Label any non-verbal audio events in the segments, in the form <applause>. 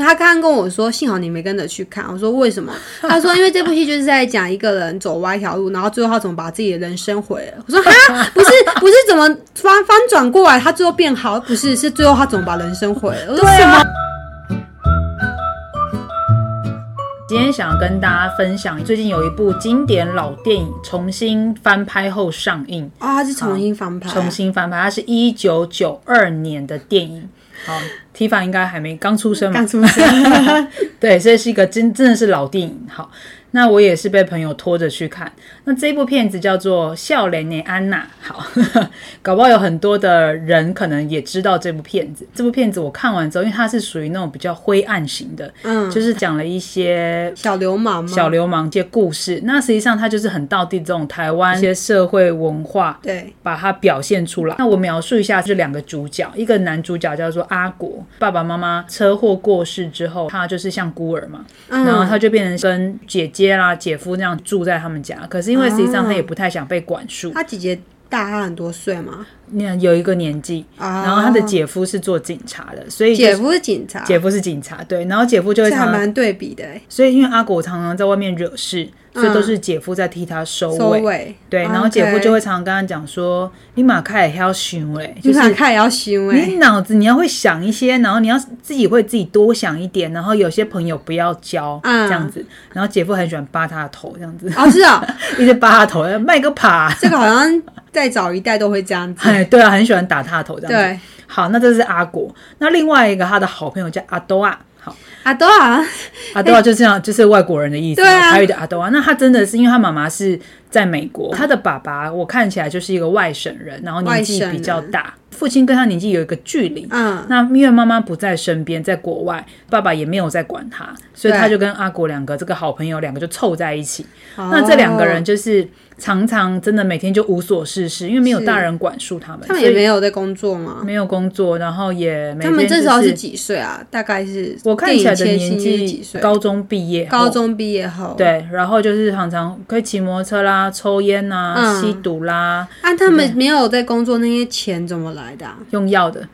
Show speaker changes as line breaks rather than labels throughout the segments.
他刚刚跟我说，幸好你没跟着去看。我说为
<laughs>
什么？他说因为这部戏就是在讲一个人走歪条路，然后最后他怎么把自己的人生毁了。我说哈，不是不是怎么翻翻转过来，他最后变好，不是是最后他怎么把人生毁了？我说
<laughs> 对
什么？
啊。今天想要跟大家分享，最近有一部经典老电影重新翻拍后上映，
啊、他是重新翻拍，
重新翻拍，它是一九九二年的电影。好提法应该还没刚出生嘛
刚，出
<laughs>
生。
对，这是一个真真的是老电影。好，那我也是被朋友拖着去看。那这部片子叫做《笑脸的安娜》。好， <laughs> 搞不好有很多的人可能也知道这部片子。这部片子我看完之后，因为它是属于那种比较灰暗型的，
嗯
就是讲了一些
小流氓吗？
小流氓一些故事。那实际上它就是很道地这种台湾一些社会文化，
对，
把它表现出来。那我描述一下这两个主角，一个男主角叫做阿果，爸爸妈妈车祸过世之后，他就是像孤儿嘛，
嗯
然后他就变成跟姐姐啦、姐夫那样住在他们家。可是因为实际上
哦
他也不太想被管束，
他姐姐大他很多岁嘛，
那、有一个年纪，
啊，
然后他的姐夫是做警察的，所以就是
姐夫是警察，
姐夫是警察，对，然后姐夫就会
这还
常常，
蛮对比的、欸，
所以因为阿果常常在外面惹事，所以都是姐夫在替他收
嗯收
尾。
尾。啊哦
对，然后姐夫
OK
就会常常跟他讲说：“你马开也要想哎，就
你
是
想看也要行哎、
你脑子你要会想一些，然后你要自己会自己多想一点，然后有些朋友不要交、
嗯
这样子。然后姐夫很喜欢扒他的头，这样子 <laughs>
哦，是啊、
一直扒他头，卖个
<laughs>
爬。
这个好像在早一代都会这样子。
哎，对啊，很喜欢打他的头这样子。
对，
好，那这是阿果，那另外一个他的好朋友叫阿多啊。
<laughs>
好，
阿多啊，
阿多啊就是这样，就是外国人的意思嘛，
对啊
台语的阿多啊。那他真的是因为他妈妈是在美
哦
国，他的爸爸我看起来就是一个外省人，然后年纪
外省
比较
人
大，父亲跟他年纪有一个距离，
嗯，
那因为妈妈不在身边，在国外，爸爸也没有在管他，所以
对
他就跟阿果两个这个好朋友两个就凑在一起。 <laughs> 那这两个人
哦，
就是常常真的每天就无所事事，因为没有
是
大人管束他们，
他们
所
也
以
没有在工作吗？
没有工作，然后也每
他们
天
这
就
时候
是
是几岁啊？大概是
我看起来的
电影切
年
新是几
纪，
岁？
高中毕业后，
高中毕业后，，
对，然后就是常常可以骑摩托车啦、抽烟啦、
嗯
吸毒啦、
啊，他们没有在工作，那些钱怎么来的啊、
用药的，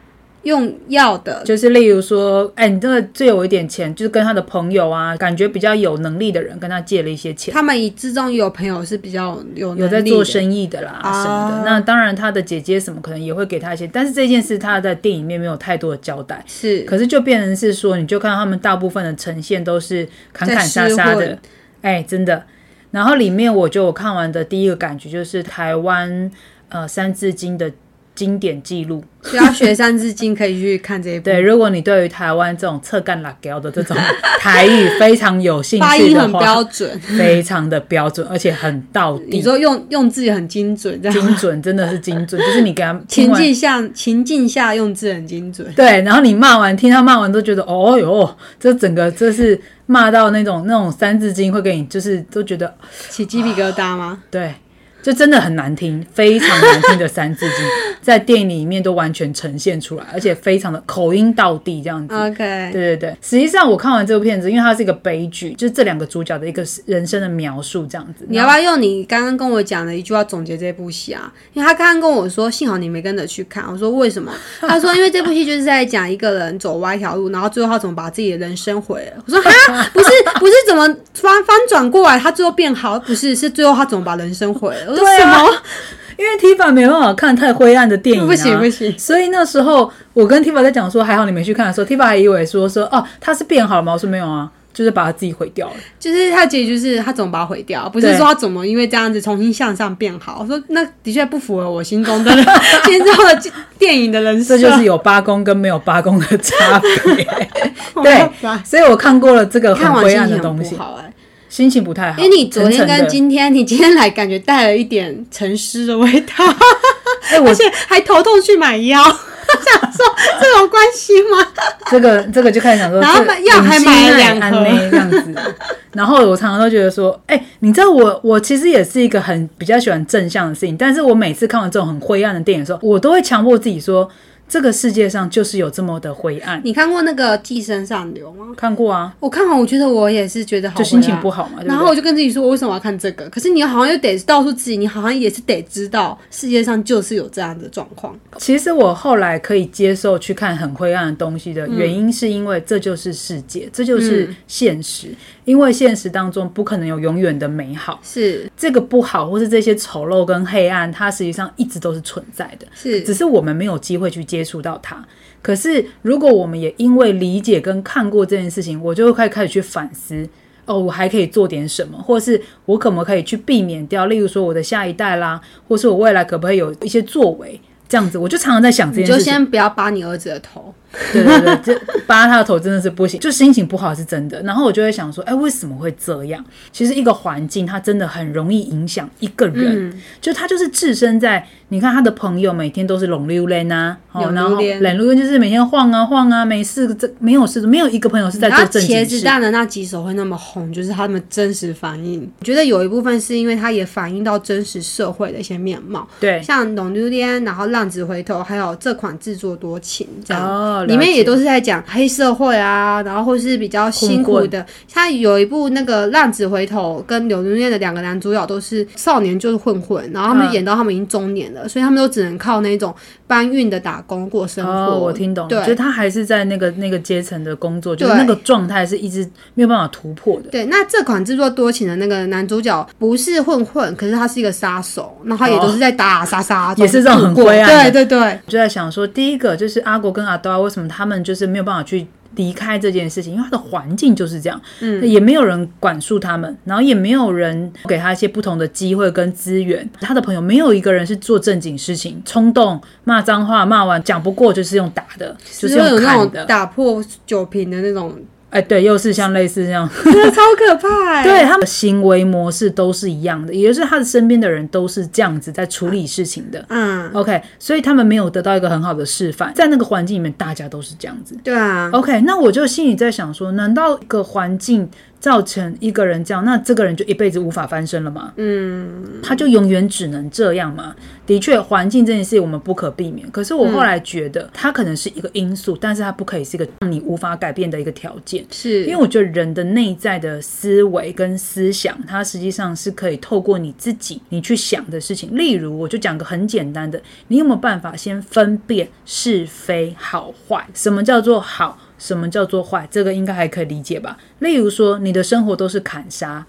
用药的，
就是例如说，哎，你这个最有一点钱，就是跟他的朋友啊，感觉比较有能力的人跟他借了一些钱。
他们以之中有朋友是比较有
有
能
在
力
做
的
生意的啦
啊
什么的。那当然，他的姐姐什么可能也会给他一些，但是这件事他在电影里面没有太多的交代。
是
可是就变成是说，你就看到他们大部分的呈现都是砍砍杀杀
在厮
的
混，
哎、真的。然后里面我觉得我看完的第一个感觉就是台湾呃《三字经》的经典记录。
所以要学三字经可以去看这一部。
<laughs> 对，如果你对于台湾这种侧干拉胶的这种 <laughs> 台语非常有兴
发
趣
音
的
很
话
标，准，
非常的标准，而且很到
你
地。
说用用字很精准，这样
精准，真的是精
<laughs>
准，就是你给他听
情
完。
境下情境下用字很精准。
对，然后你骂完，听他骂完都觉得，哦哟，这整个这是骂到那种那种三字经会给你，就是都觉得，
起鸡皮疙瘩吗？
对，就真的很难听，非常难听的三
<laughs>
字经，在电影里面都完全呈现出来，而且非常的口音到地这样子。
啊 OK，
嗯对对对，实际上我看完这部片子，因为它是一个悲剧，就是这两个主角的一个人生的描述这样子。
你要不要用你刚刚跟我讲的一句话总结这部戏啊？因为他刚刚跟我说，幸好你没跟着去看。我说为什
<laughs>
么？他说因为这部戏就是在讲一个人走歪条路，然后最后他怎么把自己的人生毁了。我说哈，不是不是怎么翻翻转过来，他最后变好，不是是最后他怎么把人生毁了？我说
对啊
什么？
<laughs> 因为 Tifa 没办法看太灰暗的电影、啊，
不行不行
所以那时候我跟 Tifa 在讲说，还好你没去看的时候，Tifa 还以为说说哦，他是变好了吗？我说没有啊，就是把他自己毁掉了。
就是他的结局就是他怎么把它毁掉，不是
对啊
说他怎么因为这样子重新向上变好。我说那的确不符合我心
<laughs>
中的心中的电影的人设，
这就是有八公跟没有八公的差别。
<laughs>
对
对，
所以我看过了这个
看
很
完
灰
心
暗
情
的
很
东
不
西，
好哎、
心情不太好。
因为你昨天
沉沉
跟
的
今天，你今天来感觉带了一点沉思的 <laughs> 味道，
哎，我
而且还头痛去买药， <laughs> 想说这有关系吗？
这个这个就开始想说，
然后
这个
药还买了两盒
很心安呢这样子。 <laughs> 然后我常常都觉得说，哎、你知道我我其实也是一个很比较喜欢正向的事情，但是我每次看完这种很灰暗的电影的时候，我都会强迫自己说。这个世界上就是有这么的灰暗。
你看过那个《寄生上流》吗？
看过啊，
我看完，我觉得我也是觉得好，啊
就心情不。好嘛，对
然
不
后
对？
我就跟自己说，我为什么要看这个？可是你好像又得告诉自己，你好像也是得知道世界上就是有这样的状况。
其实我后来可以接受去看很灰暗的东西
嗯
的原因，是因为这就是世界，这就是现实。因为现实当中不可能有永远的美好，
是
这个不好或是这些丑陋跟黑暗，它实际上一直都是存在的。只
是，
是我们没有机会去接触到它。可是，如果我们也因为理解跟看过这件事情，我就会开始去反思。哦，我还可以做点什么，或是我可不可以去避免掉？例如说我的下一代啦，或是我未来可不可以有一些作为？这样子，我就常常在想这
你就
件事情。
先不要扒你儿子的头。
对对对，这扒他的头真的是不行，就心情不好是真的。然后我就会想说，哎，为什么会这样？其实一个环境它真的很容易影响一个人，
嗯
就他就是置身在，你看他的朋友每天都是冷溜溜啊，哦，
冷
然
溜
后
溜
冷溜溜就是每天晃啊晃啊，没事，这没有事，没有一个朋友是在
然
做
后
正经
茄子
事。
蛋的那几首会那么红，就是他们真实反映。我觉得有一部分是因为它也反映到真实社会的一些面貌，
对，
像《董榴莲》，然后《浪子回头》，还有这款《自作多情》这样。
哦，
里面也
了
都是在讲黑社会啊，然后或是比较辛
混
苦
混
的。像有一部那个《浪子回头》跟《柳如烟》的两个男主角都是少年就是混混，然后他们
嗯
演到他们已经中年了，所以他们都只能靠那种搬运的打工过
解
生活。
哦，我听懂了，
对
就是他还是在那个那个阶层的工作，就是
对
那个状态是一直没有办法突破的。
对，那这款自作多情的那个男主角不是混混，可是他是一个杀手，那他也都是在打打杀杀，
哦也是这种很灰暗的
对对对，
我就在想说，第一个就是阿国跟阿多啊为什么他们就是没有办法去离开这件事情，因为他的环境就是这样，嗯，也没有人管束他们，然后也没有人给他一些不同的机会跟资源，他的朋友没有一个人是做正经事情，冲动骂脏话，骂完讲不过就是用打的，就是
会有
用
那
砍
种
的，
打破酒瓶的那
<laughs>
种，
哎，对，又是像类似这
<laughs>
样，
真的超可怕、欸。
对他们的行为模式都是一样的，也就是他的身边的人都是这样子在处理事情的。
嗯，
OK，所以他们没有得到一个很好的示范，在那个环境里面，大家都是这样子。
对啊，
OK，那我就心里在想说，难道一个环境造成一个人这样，那这个人就一辈子无法翻身了吗？嗯，他就永远只能这样吗？的确，环境这件事我们不可避免。可是我后来觉得，它可能是一个因素，但是它不可以是一个让你无法改变的一个条件。因为
是，
我觉得人的内在的思维跟思想，它实际上是可以透过你自己你去想的事情。例如，我就讲个很简单的，你有没有办法先分辨是非好坏？什么叫做好？什么叫做坏？这个应该还可以理解吧？例如说，你的生活都是砍杀，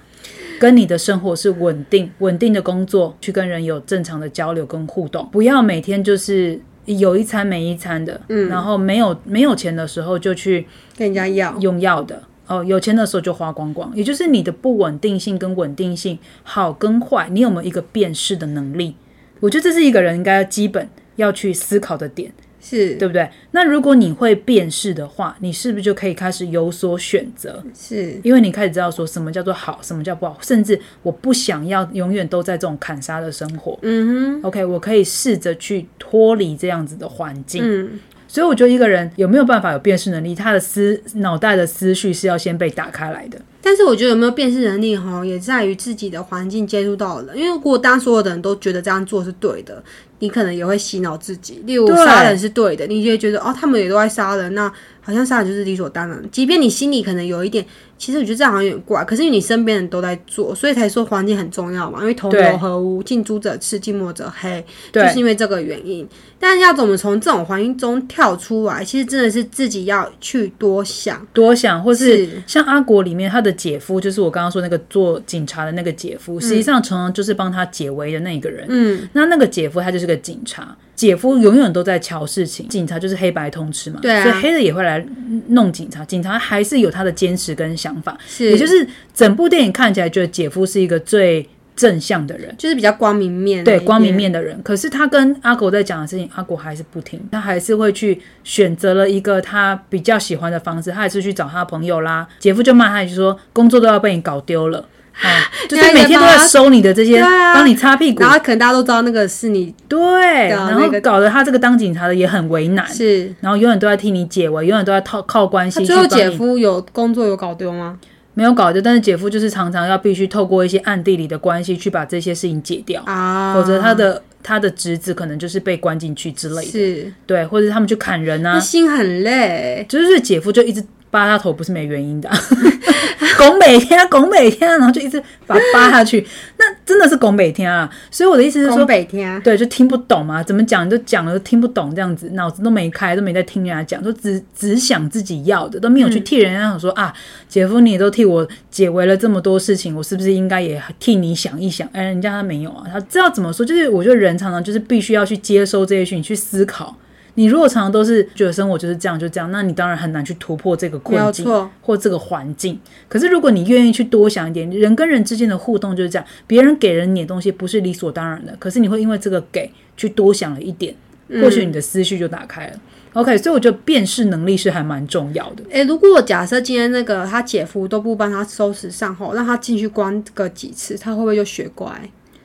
跟你的生活是稳定、稳定的工作，去跟人有正常的交流跟互动，不要每天就是有一餐没一餐的，嗯，然后没有没有钱的时候就去
跟人家要，
用药的。哦，有钱的时候就花光光，也就是你的不稳定性跟稳定性好跟坏，你有没有一个辨识的能力？我觉得这是一个人应该基本要去思考的点，
是
对不对？那如果你会辨识的话，你是不是就可以开始有所选择？
是，
因为你开始知道说什么叫做好，什么叫不好，甚至我不想要永远都在这种砍杀的生活。
嗯哼，
OK，我可以试着去脱离这样子的环境。
嗯，
所以我觉得一个人有没有办法有辨识能力，他的思脑袋的思绪是要先被打开来的。
但是我觉得有没有辨识能力哈，也在于自己的环境接触到的人。因为如果当所有的人都觉得这样做是对的，你可能也会洗脑自己。例如
对
杀人是对的，你就会觉得哦，他们也都在杀人，那好像杀人就是理所当然。即便你心里可能有一点，其实我觉得这样好像有点怪，可是因为你身边人都在做，所以才说环境很重要嘛。因为同
对
流合污，近朱者赤，近墨者黑，就
对
是因为这个原因。但要怎么从这种环境中跳出来，其实真的是自己要去多想。
多想，或是
是
像阿国里面他的姐夫，就是我刚刚说那个做警察的那个姐夫，实际上常常就是帮他解围的那一个人。
嗯，
那那个姐夫他就是个警察，姐夫永远都在瞧事情，警察就是黑白通吃嘛，
对啊
所以黑的也会来弄警察，警察还是有他的坚持跟想法，
是，
也就是整部电影看起来觉得姐夫是一个最正向的人。
就是比较光明面那一
对
边，
光明面的人，可是他跟阿狗在讲的事情，阿狗还是不听，他还是会去选择了一个他比较喜欢的方式，他还是去找他的朋友啦。姐夫就骂他，就说工作都要被你搞
<laughs>
丢了，啊、就是每天都在收你的这些，
对啊
帮你擦屁股
然，后可能大家都知道那个是你
对，
搞
然
那
后
个
搞得他这个当警察的也很为难，
是。
然后永远都在替你解围，永远都在靠靠关
他
系去
最
帮
后
你。
姐夫有工作有搞丢吗？
没有搞丢，但是姐夫就是常常要必须透过一些暗地里的关系去把这些事情解掉，
啊，
哦否则他的他的侄子可能就是被关进去之类的，
是
对，或者他们去砍人
啊那
啊，
心很累，
就是姐夫就一直扒他头，不是没原因的、啊， <laughs> 拱每天啊拱每天啊，然后就一直把他扒下去，那真的是拱每天啊，所以我的意思是说
东，北天
对，就听不懂嘛，怎么讲就讲了都听不懂，这样子脑子都没开，都没在听人家讲，就只只想自己要的，都没有去替人家想说、啊，姐夫你也都替我解围了这么多事情，我是不是应该也替你想一想？哎，人家他没有啊，他知道怎么说，就是我觉得人常常就是必须要去接收这些讯息，去思考。你如果常常都是觉得生活就是这样就这样，那你当然很难去突破这个
没有
困境
错
或这个环境。可是如果你愿意去多想一点，人跟人之间的互动就是这样，别人给了你的东西不是理所当然的，可是你会因为这个给去多想了一点，
嗯
或许你的思绪就打开了。OK，所以我觉得辨识能力是还蛮重要的。
哎、如果假设今天那个他姐夫都不帮他收拾善后，让他进去关个几次，他会不会就学乖？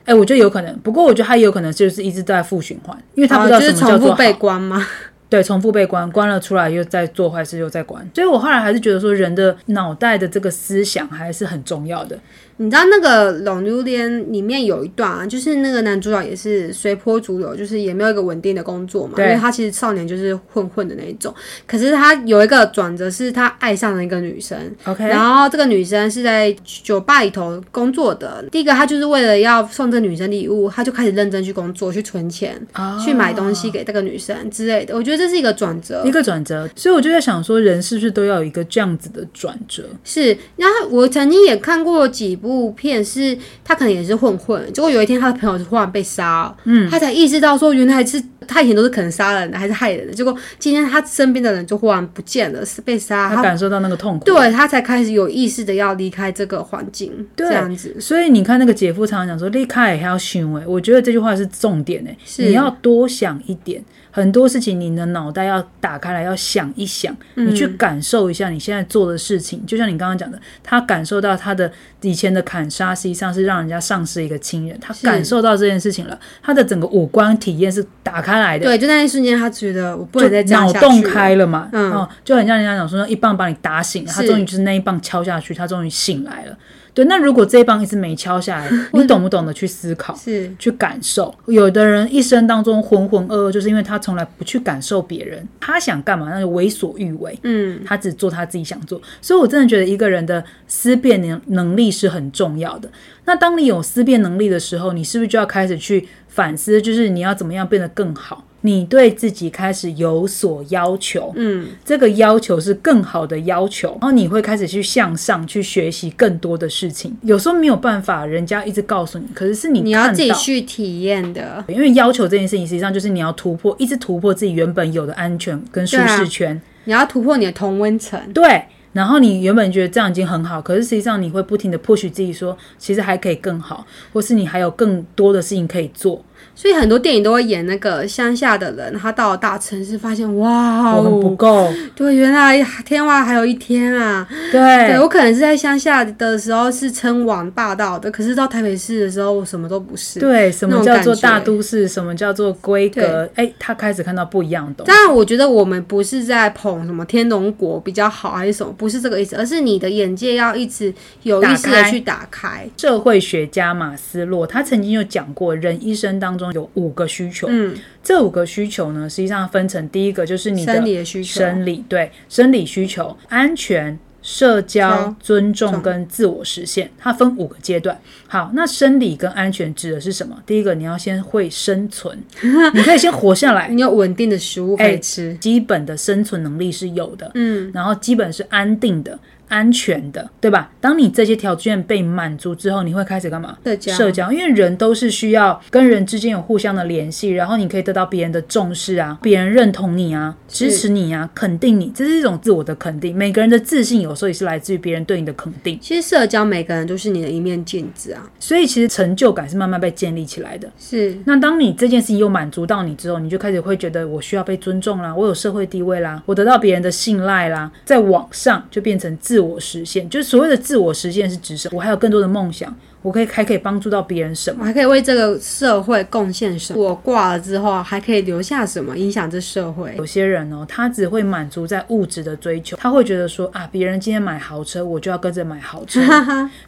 哎、我觉得有可能，不过我觉得他也有可能就是一直在负循环，因为他不知
啊
道
就
什
是
么叫
重
做
复
好。
被关吗？
对，重复被关，关了出来又再做坏事，又再关。所以我后来还是觉得说，人的脑袋的这个思想还是很重要的。
你知道那个《龙珠恋》里面有一段啊，就是那个男主角也是随波逐流，就是也没有一个稳定的工作嘛，因
对
为他其实少年就是混混的那一种。可是他有一个转折，是他爱上了一个女生，
OK，
然后这个女生是在酒吧里头工作的。第一个，他就是为了要送这个女生礼物，他就开始认真去工作，去存钱，
啊
去买东西给这个女生之类的。我觉得这是一个转折
一。个转折，所以我就在想说，人是不是都要有一个这样子的转折？
是，然后我曾经也看过几部片是，他可能也是混混，结果有一天他的朋友突然被杀了，嗯，他才意识到说原来是他以前都是可能杀人的，还是害人的，结果今天他身边的人就忽然不见了，是被杀，
他
啊他
感受到那个痛苦。
对他才开始有意识的要离开这个环境，
对
这样子
所以你看，那个姐夫常常讲说“离开也要想哎”，我觉得这句话是重点哎，
是
你要多想一点，很多事情你的脑袋要打开来，要想一想，
嗯
你去感受一下你现在做的事情。就像你刚刚讲的，他感受到他的以前的砍杀，实际上是让人家丧失一个亲人，他
是
感受到这件事情了，他的整个五官体验是打开来的。
对，就那一瞬间他觉得我不
就
能再这样
脑
下去了，
洞开了嘛，
嗯
哦，就很像人家讲说一棒把你打醒了，他
是
终于就是那一棒敲下去，他终于醒来了。对，那如果这一棒一直没
<laughs>
敲下来，你懂不懂得去思考？
是
去感受，有的人一生当中浑浑噩噩，就是因为他从来不去感受别人，他想干嘛那就为所欲为，
嗯，
他只做他自己想做。所以我真的觉得一个人的思辨能能力是很重要的。那当你有思辨能力的时候，你是不是就要开始去反思，就是你要怎么样变得更好？你对自己开始有所要求，
嗯，
这个要求是更好的要求，然后你会开始去向上，去学习更多的事情。有时候没有办法，人家一直告诉你，可是是你
你要
看
自己
到
去体验的，
因为要求这件事情，实际上就是你要突破，一直突破自己原本有的安全跟舒适圈。
你要突破你的同温层，
对然后你原本觉得这样已经很好，可是实际上你会不停的 push 自己说，其实还可以更好，或是你还有更多的事情可以做。
所以很多电影都会演那个乡下的人，他到了大城市发现，哇
我们不
哦，
够，
对，原来天外还有一天啊！对
对
我可能是在乡下的时候是称王霸道的，可是到台北市的时候，我什么都不是。，
对，什么叫做
那种感
大
觉
都市，什么叫做规格？哎，他开始看到不一样的东西。
当然，我觉得我们不是在捧什么天龙国比较好还是什么，不是这个意思，而是你的眼界要一直有意识
打
的
开
去打开。
社会学家马斯洛他曾经有讲过，人一生当中有五个需求，
嗯，
这五个需求呢，实际上分成第一个就是你的
生理的需求，
生理对生理需求、安全、社交
交、
尊重
重
跟自我实现，它分五个阶段。好，那生理跟安全指的是什么？第一个，你要先会生存，你可以先活下来，
你有稳定的食物可
哎
以吃。
基本的生存能力是有的，
嗯，
然后基本是安定的、安全的，对吧？当你这些条件被满足之后，你会开始干嘛？
社交
社交，因为人都是需要跟人之间有互相的联系，然后你可以得到别人的重视啊，别人认同你啊，支
是
持你啊，肯定你，这是一种自我的肯定。每个人的自信有时候也是来自于别人对你的肯定，
其实社交每个人都是你的一面镜子啊，
所以其实成就感是慢慢被建立起来的。
是
那当你这件事情又满足到你之后，你就开始会觉得我需要被尊重啦，我有社会地位啦，我得到别人的信赖啦，在网上就变成自我实现，就是所谓的自我实现是指什么？我还有更多的梦想，我可以还可以帮助到别人什么？
我还可以为这个社会贡献什么？我挂了之后还可以留下什么，影响这社会？
有些人哦，他只会满足在物质的追求，他会觉得说啊，别人今天买豪车，我就要跟着买豪车；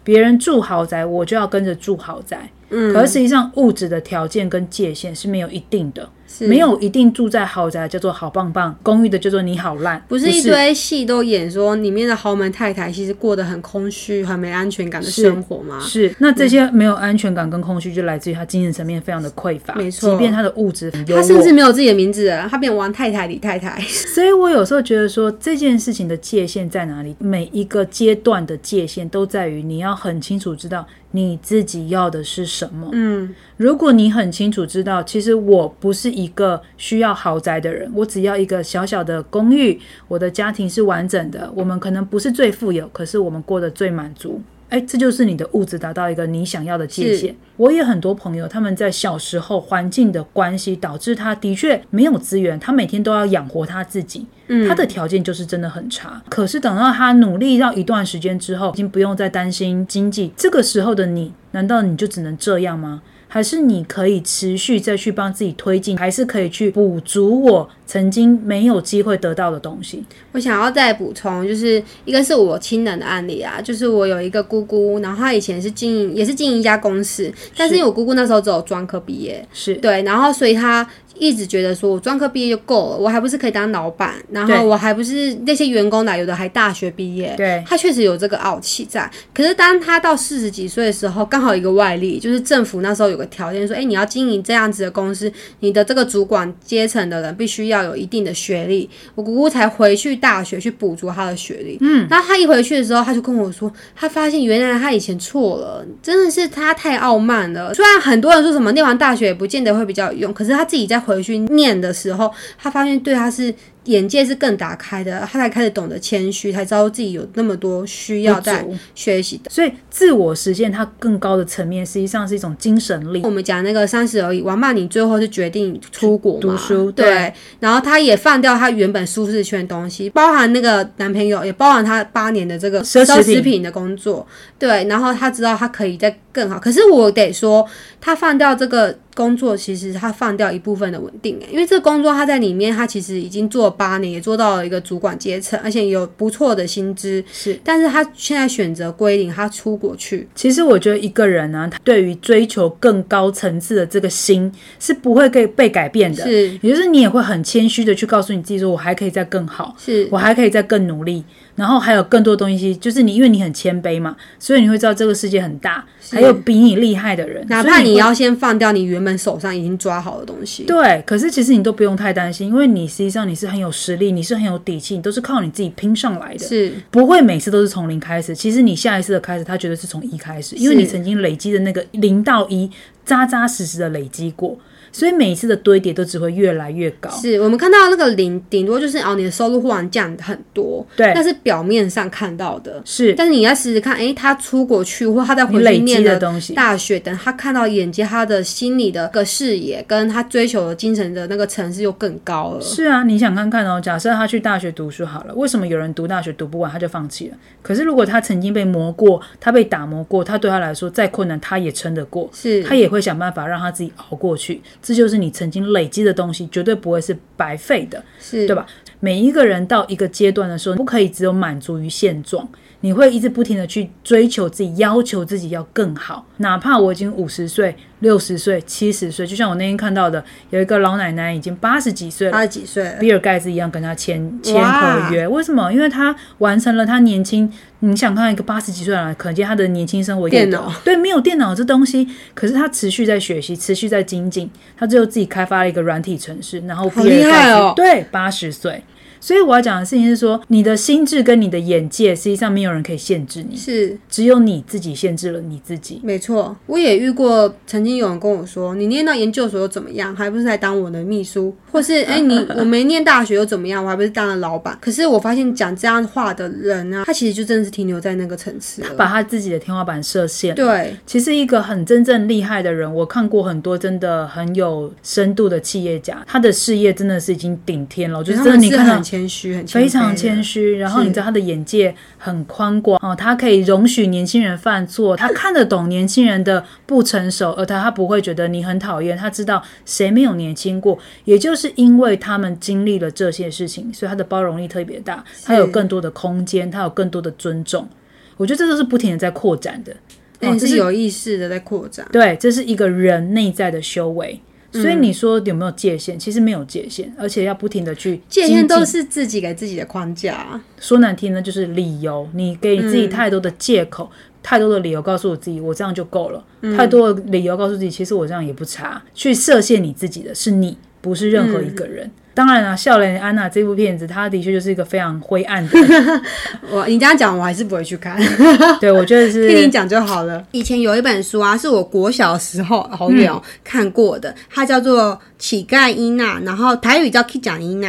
别人住豪宅，我就要跟着住豪宅。嗯，可是实际上物质的条件跟界限是没有一定的，
是
没有一定住在豪宅叫做好棒棒，公寓的叫做你好烂，
不是一堆戏都演说里面的豪门太太其实过得很空虚、很没安全感的生活吗？
是，那
嗯
这些没有安全感跟空虚，就来自于他精神层面非常的匮乏。
没错
即便他的物质很优渥，
他甚至没有自己的名字了，他变王太太、李太太。
所以我有时候觉得说这件事情的界限在哪里？每一个阶段的界限都在于你要很清楚知道你自己要的是什么。
嗯，
如果你很清楚知道，其实我不是一个需要豪宅的人，我只要一个小小的公寓，我的家庭是完整的，我们可能不是最富有，可是我们过得最满足。哎，这就是你的物质达到一个你想要的界限。我也很多朋友，他们在小时候环境的关系，导致他的确没有资源，他每天都要养活他自己，
嗯
他的条件就是真的很差。可是等到他努力到一段时间之后，已经不用再担心经济，这个时候的你，难道你就只能这样吗？还是你可以持续再去帮自己推进，还是可以去补足我曾经没有机会得到的东西？
<laughs> 我想要再补充，就是一个是我亲人的案例啊，就是我有一个姑姑，然后她以前是经营，也是经营一家公司，但是因为我姑姑那时候只有专科毕业，
是
对，然后所以她一直觉得说我专科毕业就够了，我还不是可以当老板，然
对
后我还不是那些员工来有的还大学毕业，
对
她确实有这个傲气在。可是当她到四十几岁的时候，刚好有一个外力，就是政府那时候有个条件说，哎、你要经营这样子的公司，你的这个主管阶层的人必须要有一定的学历。我姑姑才回去大学去补足她的学历。嗯，然后她一回去的时候，她就跟我说，她发现原来她以前错了，真的是她太傲慢了。虽然很多人说什么念完大学也不见得会比较有用，可是她自己再回去念的时候，她发现对她是。眼界是更打开的，她才开始懂得谦虚，才知道自己有那么多需要在
不足
学习的。
所以自我实现它更高的层面，实际上是一种精神力
我。们讲那个三十而已，王曼妮最后是决定出国嘛
读书
对，
对
然后她也放掉她原本舒适圈的东西，包含那个男朋友，也包含她八年的这个
奢侈品
侈品的工作，对，然后她知道她可以再更好，可是我得说，她放掉这个。工作其实她放掉一部分的稳定、欸，因为这个工作她在里面，她其实已经做了八年，也做到了一个主管阶层，而且有不错的薪资。
是，
但是她现在选择归零，她出国去，
其实我觉得一个人呢、他对于追求更高层次的这个心是不会被被改变的。
是
也就是你也会很谦虚的去告诉你自己说，我还可以再更好，
是
我还可以再更努力，然后还有更多东西，就是你因为你很谦卑嘛，所以你会知道这个世界很大，还有比你厉害的人，
哪
所以
怕
你
你
会
要先放掉你原本手上已经抓好的东西，
对，可是其实你都不用太担心，因为你实际上你是很有实力，你是很有底气，你都是靠你自己拼上来的。
是
不会每次都是从零开始，其实你下一次的开始，它绝对是从一开始，因为
是
你曾经累积的那个零到一，扎扎实实的累积过，所以每一次的堆叠都只会越来越高。
是，我们看到那个零，顶多就是哦，你的收入忽然降很多，
对
那是表面上看到的。
是，
但是你要试试看，诶，他出国去，或他再
你
回
累
去
积
念
的
的
东西，
大学，等他看到眼界，他的心理的个视野，跟他追求的精神的那个层次又更高了。
是啊，你想看看哦。假设他去大学读书好了，为什么有人读大学读不完他就放弃了？可是如果他曾经被磨过，他被打磨过，他对他来说再困难他也撑得过，
是
他也会想办法让他自己熬过去。这就是你曾经累积的东西，绝对不会是白费的。
是，
对吧？每一个人到一个阶段的时候，不可以只有满足于现状，你会一直不停的去追求自己，要求自己要更好。哪怕我已经五十岁、六十岁、七十岁，就像我那天看到的，有一个老奶奶已经八十几岁了
他。是几岁了？
比尔盖茨一样跟他签签
哇
合约，为什么？因为他完成了他年轻，你想看一个八十几岁的人，可见他的年轻生活有
电
多
脑
对没有电脑这东西，可是他持续在学习，持续在精进，他最后自己开发了一个软体程式，然后比
好
尔盖茨
厉害哦
对八十岁。所以我要讲的事情是说，你的心智跟你的眼界，实际上没有人可以限制你，
是，
只有你自己限制了你自己。
没错，我也遇过，曾经有人跟我说，你念到研究所又怎么样，还不是来当我的秘书，或是哎、
<laughs>
你我没念大学又怎么样，我还不是当了老板。可是我发现讲这样话的人啊，他其实就真的是停留在那个层次了。
把他自己的天花板设限，
对，
其实一个很真正厉害的人，我看过很多真的很有深度的企业家，他的事业真的是已经顶天了，就是
他
真的
们
你
是
看到
很。谦虚，很谦
非常
卑的
谦虚，然后
是
你知道他的眼界很宽广哦，他可以容许年轻人犯错，他看得懂年轻人的不成熟，而他他不会觉得你很讨厌，他知道谁没有年轻过，也就是因为他们经历了这些事情，所以他的包容力特别大，他有更多的空间，他有更多的尊重，我觉得这都是不停的在扩展的，
哎，
哦
你
这
是
是
有意识的在扩展，
对，这是一个人内在的修为。所
嗯
以你说有没有界限？其实没有界限，而且要不停的去
界限
精进
都是自己给自己的框架。啊
说难听呢，就是理由，你给你自
嗯
己太多的借口，太多的理由告诉我自己，我这样就够了，
嗯
太多的理由告诉自己，其实我这样也不差，去设限你自己的是你，不是任何一
嗯
个人。当然啦、笑脸安娜》这部片子，它的确就是一个非常灰暗的，
<laughs> 我你这样讲，我还是不会去看，
对我觉得是
听你讲就好了。以前有一本书啊，是我国小时候好远哦、看过的，它叫做《乞丐伊娜》，然后台语叫《k 讲伊娜》。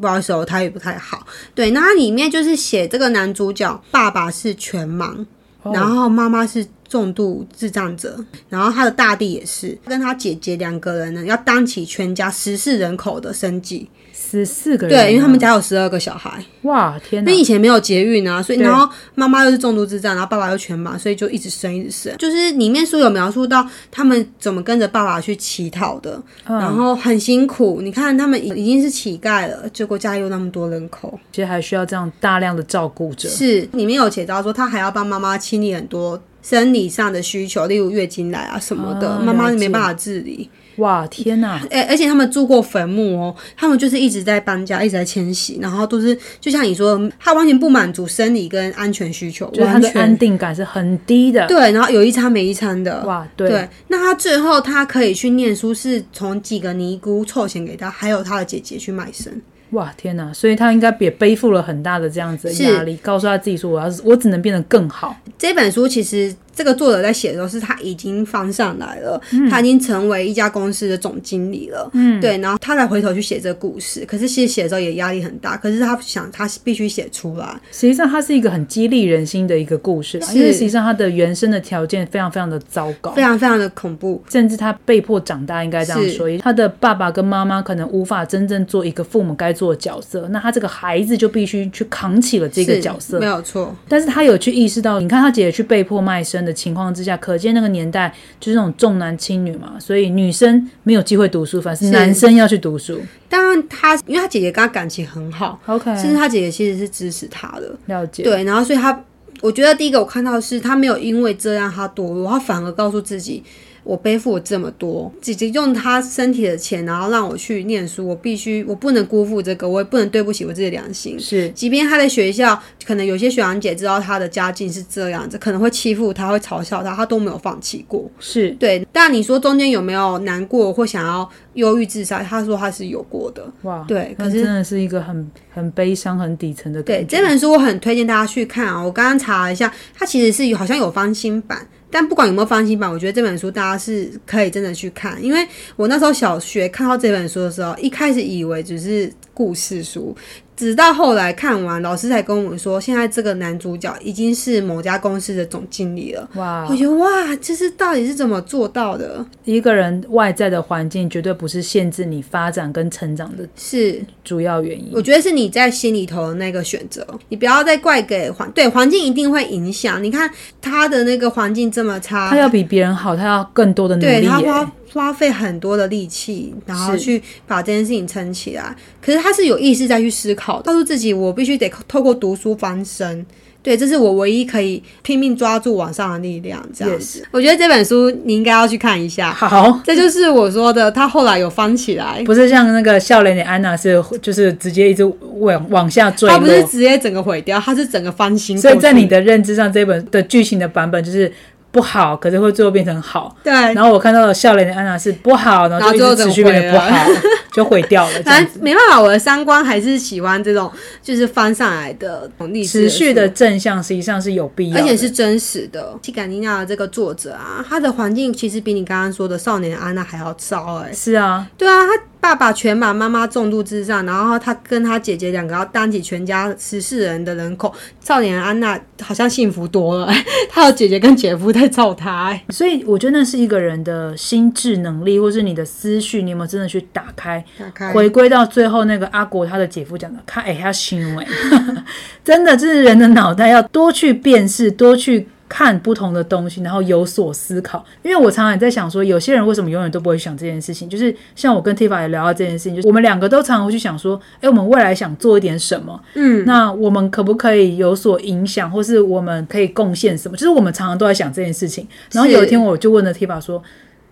不好意思哦，我台语不太好。对，那它里面就是写这个男主角爸爸是全盲，然后妈妈是重度智障者，然后他的大弟也是，跟他姐姐两个人呢要当起全家十四人口的生计。
十四个人啊，
对，因嗯为他们家有十二个小孩。
哇天哪
因为，以前没有捷运啊，所以
对
然后妈妈又是重度智障，然后爸爸又全盲，所以就一直生一直生。就是里面书有描述到他们怎么跟着爸爸去乞讨的，
嗯
然后很辛苦。你看他们已已经是乞丐了，结果家里有那么多人口，
其实还需要这样大量的照顾者，
是里面有写到说他还要帮妈妈清理很多生理上的需求，例如月经来啊什么的，
啊
妈妈
了解
没办法治理。
哇天
<laughs>
哪，
而而且他们住过坟墓哦，他们就是一直在搬家，一直在迁徙，然后都是就像你说，他完全不满足生理跟安全需求，
就是他
完
的
全
安定感是很低的，
对，然后有一餐没一餐的。
哇
对
对，
那他最后他可以去念书，是从几个尼姑凑钱给他，还有他的姐姐去卖身。
哇天哪！所以他应该也背负了很大的这样子的
是
压力，告诉他自己说：“我要是我只能变得更好。
这本书其实这个作者在写的时候，是他已经翻上来了，
嗯
他已经成为一家公司的总经理了，嗯，对，然后他才回头去写这个故事。可是其实写的时候也压力很大，可是他想他必须写出来，”
实际上，它是一个很激励人心的一个故事啦，啊
是
因为实际上他的原生的条件非常非常的糟糕
非，常非常的恐怖。
甚至他被迫长大，应该这样说，他的爸爸跟妈妈可能无法真正做一个父母该做的角色，那他这个孩子就必须去扛起了这个
是
角色
没。有错，
但是他有去意识到，你看他姐姐去被迫卖身的情况之下，可见那个年代就是那种重男轻女嘛，所以女生没有机会读书，反而是
是
男生要去读书。
当然他因为他姐姐跟他感情很好，
OK，
甚至他姐姐其实是支持他的，
了解，
对，然后所以他，我觉得第一个我看到的是他没有因为这样他堕落，他反而告诉自己，我背负了这么多，姐姐用她身体的钱，然后让我去念书，我必须，我不能辜负这个，我也不能对不起我自己的良心。
是
即便他在学校，可能有些学长姐知道他的家境是这样子，可能会欺负他，会嘲笑他，他都没有放弃过。
是，
对，但你说中间有没有难过或想要忧郁自杀？他说他是有过的。
哇，
对可
那
是
真的是一个很很悲伤、很底层的
对
感觉。
这本书，我很推荐大家去看啊！我刚刚查了一下，它其实是有好像有翻新版，但不管有没有翻新版，我觉得这本书大家是可以真的去看。因为我那时候小学看到这本书的时候，一开始以为只是故事书，直到后来看完，老师才跟我们说，现在这个男主角已经是某家公司的总经理了。
哇
我，觉得哇，这是到底是怎么做到的？
一个人外在的环境绝对不是限制你发展跟成长的
是
主要原因
我。觉得是你在心里头的那个选择，哦你不要再怪给环对环境一定会影响。你看他的那个环境这么差，
他要比别人好，他要更多的努
对
力
他
耶。
花花费很多的力气，然后
是
去把这件事情撑起来。可是他是有意识再去思考的，告诉自己我必须得透过读书翻身。对，这是我唯一可以拼命抓住往上的力量。这样子我觉得这本书你应该要去看一下。
好，
这就是我说的，他后来有翻起来，
不是像那个笑脸的安娜是，就是直接一直往往下坠
他
落。
不是直接整个毁掉，他是整个翻新过
哦所
去。
以在你的认知上，这本的剧情的版本就是不好，可是会最后变成好。
对，
然后我看到了笑脸的安娜是不好，然
然后
后就
最后
一直
整
持续
毁
变得不
了
好， <laughs> 就毁掉了。这样
反
子。
正没办法，我的三观还是喜欢这种就是翻上来的哦历史
持续的，正向实际上是有必要的，
而且是真实的。蒂感妮娜的这个作者啊，她的环境其实比你刚刚说的《少年安娜》还要糟哎、
是啊，
对啊，她爸爸全把妈妈重度智障，然后他跟他姐姐两个要担起全家十四人的人口，少年安娜好像幸福多了、哎她有姐姐跟姐夫在照她、哎
所以我觉得那是一个人的心智能力，或是你的思绪，你有没有真的去打开？
打开
回归到最后那个阿国他的姐夫讲的，看哎他行为， <laughs> 真的就是人的脑袋要多去辨识，多去。看不同的东西，然后有所思考。因为我常常也在想说，有些人为什么永远都不会想这件事情？就是像我跟 Tifa 也聊到这件事情，就是我们两个都常常会去想说，哎，我们未来想做一点什么，
嗯，
那我们可不可以有所影响，或是我们可以贡献什么？就是我们常常都在想这件事情。然后有一天我就问了 Tifa 说：“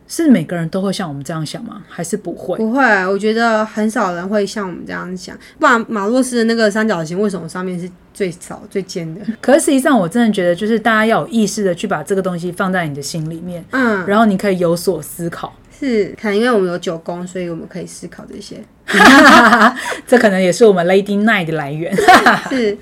是每个人都会像我们这样想吗？还是不会
不会，我觉得很少人会像我们这样想。不然马洛斯的那个三角形为什么上面是最少最尖
<laughs>
的？？”
可是实际上，我真的觉得就是大家要有意识的去把这个东西放在你的心里面，
嗯，
然后你可以有所思考。 <laughs>
是，可能因为我们有九宫，所以我们可以思考这
<laughs>
些。
这可能也是我们 Lady Night 的来源。
是，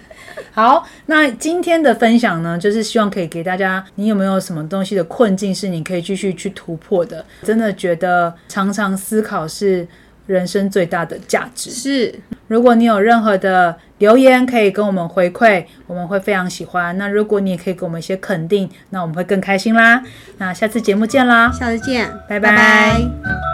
好，那今天的分享呢，就是希望可以给大家，你有没有什么东西的困境是你可以继续去突破的？真的觉得常常思考是人生最大的价值。
是，
如果你有任何的留言，可以跟我们回馈，我们会非常喜欢。那如果你也可以给我们一些肯定，那我们会更开心啦。那下次节目见啦，
下次见，
拜
拜
拜
拜